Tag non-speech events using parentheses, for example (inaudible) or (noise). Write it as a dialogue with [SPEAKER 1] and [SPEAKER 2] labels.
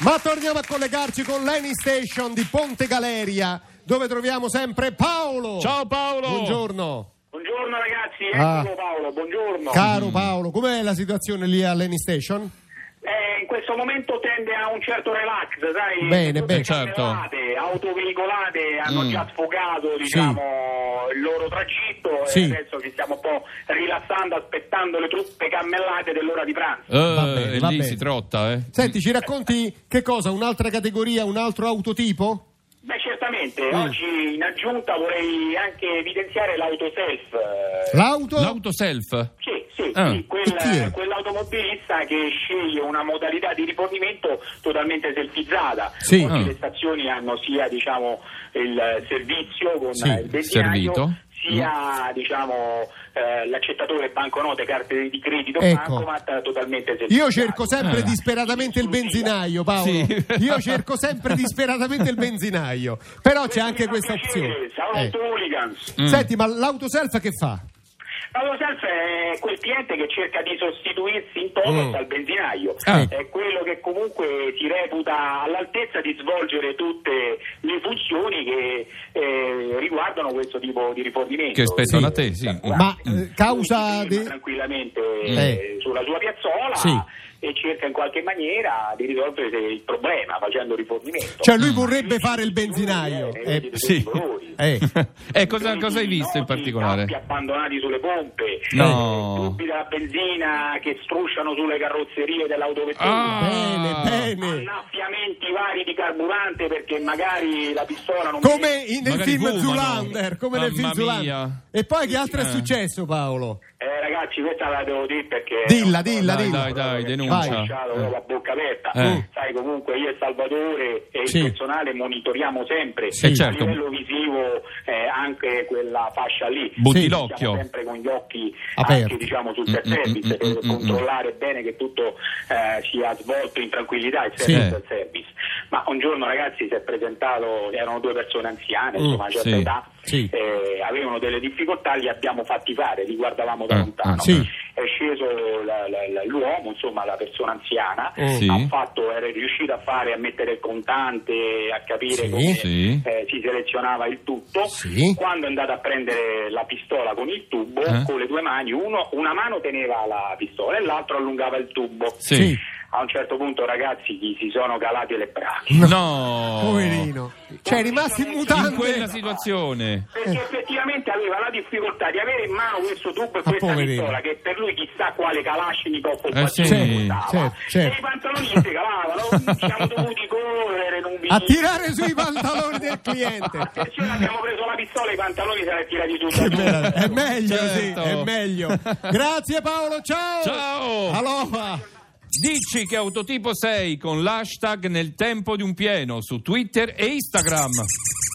[SPEAKER 1] Ma torniamo a collegarci con l'Any Station di Ponte Galeria, dove troviamo sempre Paolo.
[SPEAKER 2] Ciao Paolo!
[SPEAKER 1] Buongiorno.
[SPEAKER 3] Buongiorno ragazzi,
[SPEAKER 1] Ah.
[SPEAKER 3] eccolo Paolo, buongiorno.
[SPEAKER 1] Caro Paolo, com'è la situazione lì all'Any Station?
[SPEAKER 3] Eh, in questo momento tende a un certo relax, sai?
[SPEAKER 1] Bene,
[SPEAKER 3] Tutte
[SPEAKER 1] bene.
[SPEAKER 3] le
[SPEAKER 2] Certo.
[SPEAKER 3] carrellate autoveicolate hanno
[SPEAKER 2] Mm.
[SPEAKER 3] già sfogato diciamo, il loro tragitto
[SPEAKER 1] Sì.
[SPEAKER 3] e adesso ci stiamo un po' rilassando aspettando le truppe cammellate dell'ora di pranzo.
[SPEAKER 2] Eh,
[SPEAKER 1] Va bene,
[SPEAKER 2] e
[SPEAKER 1] va
[SPEAKER 2] lì
[SPEAKER 1] bene.
[SPEAKER 2] si trotta, eh.
[SPEAKER 1] Senti, ci racconti che cosa? Un'altra categoria, un altro autotipo?
[SPEAKER 3] Beh, certamente,
[SPEAKER 1] Mm.
[SPEAKER 3] oggi in aggiunta vorrei anche evidenziare l'autoself. eh,
[SPEAKER 1] L'auto?
[SPEAKER 2] L'auto self.
[SPEAKER 3] Sì, sì,
[SPEAKER 2] Ah,
[SPEAKER 3] sì, quel-
[SPEAKER 1] e chi è?
[SPEAKER 3] quell'automobilista che sceglie una modalità di rifornimento totalmente selfizzata.
[SPEAKER 1] Sì.
[SPEAKER 3] Molte
[SPEAKER 2] Ah.
[SPEAKER 3] le stazioni hanno sia diciamo, il servizio con
[SPEAKER 1] Sì,
[SPEAKER 3] il vecchiaio,
[SPEAKER 2] servito.
[SPEAKER 3] sia diciamo, eh, l'accettatore banconote, carte di credito,
[SPEAKER 1] Ecco.
[SPEAKER 3] bancomat totalmente selfizzato.
[SPEAKER 1] Io cerco sempre
[SPEAKER 2] Eh.
[SPEAKER 1] disperatamente il benzinaio, Paolo.
[SPEAKER 2] Sì.
[SPEAKER 1] Io cerco sempre disperatamente il benzinaio. Però c'è anche questa opzione.
[SPEAKER 3] Sono
[SPEAKER 1] Eh.
[SPEAKER 3] hooligans.
[SPEAKER 2] Mm.
[SPEAKER 1] Senti, ma l'autoself che fa?
[SPEAKER 3] L'autoself è quel cliente che cerca di sostituirsi in toto
[SPEAKER 1] Mm.
[SPEAKER 3] al benzinaio,
[SPEAKER 2] Ah.
[SPEAKER 3] è quello che comunque si reputa all'altezza di svolgere tutte le funzioni che eh, riguardano questo tipo di rifornimento.
[SPEAKER 2] Che spettano a te,
[SPEAKER 3] Sì.
[SPEAKER 2] sì. Mm.
[SPEAKER 1] Ma
[SPEAKER 3] Mm.
[SPEAKER 1] eh, causa
[SPEAKER 3] Lui si ferma
[SPEAKER 1] di...
[SPEAKER 3] tranquillamente
[SPEAKER 1] Eh.
[SPEAKER 3] sulla sua piazzola
[SPEAKER 1] Sì.
[SPEAKER 3] e cerca in qualche maniera di risolvere il problema facendo rifornimento.
[SPEAKER 1] Cioè lui vorrebbe fare il benzinaio.
[SPEAKER 3] Eh,
[SPEAKER 1] Eh,
[SPEAKER 3] vedi tutti
[SPEAKER 2] sì.
[SPEAKER 3] i colori.
[SPEAKER 1] eh.
[SPEAKER 2] e cosa, cosa hai
[SPEAKER 3] Vedi,
[SPEAKER 2] visto in
[SPEAKER 3] noti,
[SPEAKER 2] particolare?
[SPEAKER 3] Campi abbandonati sulle pompe,
[SPEAKER 2] No.
[SPEAKER 3] eh, tubi della benzina che strusciano sulle carrozzerie dell'autovettura.
[SPEAKER 2] Ah.
[SPEAKER 1] Bene, bene.
[SPEAKER 3] Annaffiamenti vari di carburante perché magari la pistola non
[SPEAKER 1] Come in- nel
[SPEAKER 2] Magari
[SPEAKER 1] film
[SPEAKER 2] fumano.
[SPEAKER 1] Zulander, come nel film
[SPEAKER 2] Mamma
[SPEAKER 1] Zulander.
[SPEAKER 2] mia.
[SPEAKER 1] E poi che altro è
[SPEAKER 2] Eh.
[SPEAKER 1] successo Paolo?
[SPEAKER 3] Eh, ragazzi, questa la devo dire perché.
[SPEAKER 1] Dilla, dilla,
[SPEAKER 2] Dai,
[SPEAKER 1] dilla.
[SPEAKER 2] dai, dai,
[SPEAKER 3] Perché
[SPEAKER 2] denuncia.
[SPEAKER 3] ho lasciato
[SPEAKER 2] Eh.
[SPEAKER 3] proprio a bocca aperta.
[SPEAKER 2] Eh.
[SPEAKER 3] Sai, comunque io e Salvatore e
[SPEAKER 1] Sì.
[SPEAKER 3] il personale monitoriamo sempre
[SPEAKER 1] Sì,
[SPEAKER 3] a
[SPEAKER 2] certo.
[SPEAKER 3] livello visivo eh, anche quella fascia lì.
[SPEAKER 2] Butti
[SPEAKER 1] Sì.
[SPEAKER 2] l'occhio.
[SPEAKER 3] Siamo sempre con gli occhi
[SPEAKER 1] Aperti.
[SPEAKER 3] anche diciamo sul
[SPEAKER 2] Mm,
[SPEAKER 3] self service
[SPEAKER 2] mm, mm,
[SPEAKER 3] per
[SPEAKER 2] mm, mm,
[SPEAKER 3] controllare bene che tutto eh, sia svolto in tranquillità e
[SPEAKER 1] Sì.
[SPEAKER 3] senza il service. Ma un giorno ragazzi si è presentato, erano due persone anziane,
[SPEAKER 1] Mm,
[SPEAKER 3] insomma, a una certa
[SPEAKER 2] sì.
[SPEAKER 3] età,
[SPEAKER 1] Sì.
[SPEAKER 3] eh, avevano delle difficoltà, li abbiamo fatti fare, li guardavamo da
[SPEAKER 2] Ah,
[SPEAKER 3] lontano.
[SPEAKER 2] ah,
[SPEAKER 1] sì.
[SPEAKER 3] È sceso la- la- la- l'uomo, insomma la persona anziana,
[SPEAKER 1] Eh.
[SPEAKER 2] Sì.
[SPEAKER 3] ha fatto, era riuscito a fare, a mettere il contante, a capire
[SPEAKER 1] Sì.
[SPEAKER 3] come
[SPEAKER 2] Sì.
[SPEAKER 3] eh, si selezionava il tutto.
[SPEAKER 1] Sì.
[SPEAKER 3] Quando è andato a prendere la pistola con il tubo,
[SPEAKER 2] Eh.
[SPEAKER 3] con le due mani, uno, una mano teneva la pistola e l'altro allungava il tubo.
[SPEAKER 2] Sì.
[SPEAKER 1] Sì.
[SPEAKER 3] A un certo punto ragazzi gli si sono calate le bracche.
[SPEAKER 2] No.
[SPEAKER 1] Poverino. Cioè, è rimasto in
[SPEAKER 2] Oh. In quella
[SPEAKER 1] mutande.
[SPEAKER 2] situazione.
[SPEAKER 1] Eh.
[SPEAKER 3] Perché effettivamente aveva la difficoltà di avere in mano questo tubo e questa
[SPEAKER 1] poverino.
[SPEAKER 3] pistola che per lui chissà quale Kalashnikov o
[SPEAKER 2] Eh, sì.
[SPEAKER 3] qualsiasi
[SPEAKER 2] Sì,
[SPEAKER 3] portava.
[SPEAKER 1] certo,
[SPEAKER 3] e
[SPEAKER 1] certo.
[SPEAKER 3] i pantaloni gli si
[SPEAKER 1] (laughs)
[SPEAKER 3] calavano, siamo dovuti correre, non vi
[SPEAKER 1] A tirare sui pantaloni del
[SPEAKER 2] (laughs)
[SPEAKER 1] cliente.
[SPEAKER 3] Attenzione, abbiamo preso la pistola e i pantaloni se li ha tirati tutti.
[SPEAKER 1] Che meraviglia. È meglio,
[SPEAKER 2] Certo.
[SPEAKER 1] sì, è meglio. Grazie Paolo, ciao.
[SPEAKER 2] Ciao.
[SPEAKER 1] Aloha.
[SPEAKER 2] Dici che autotipo sei con l'hashtag nel tempo di un pieno su Twitter e Instagram.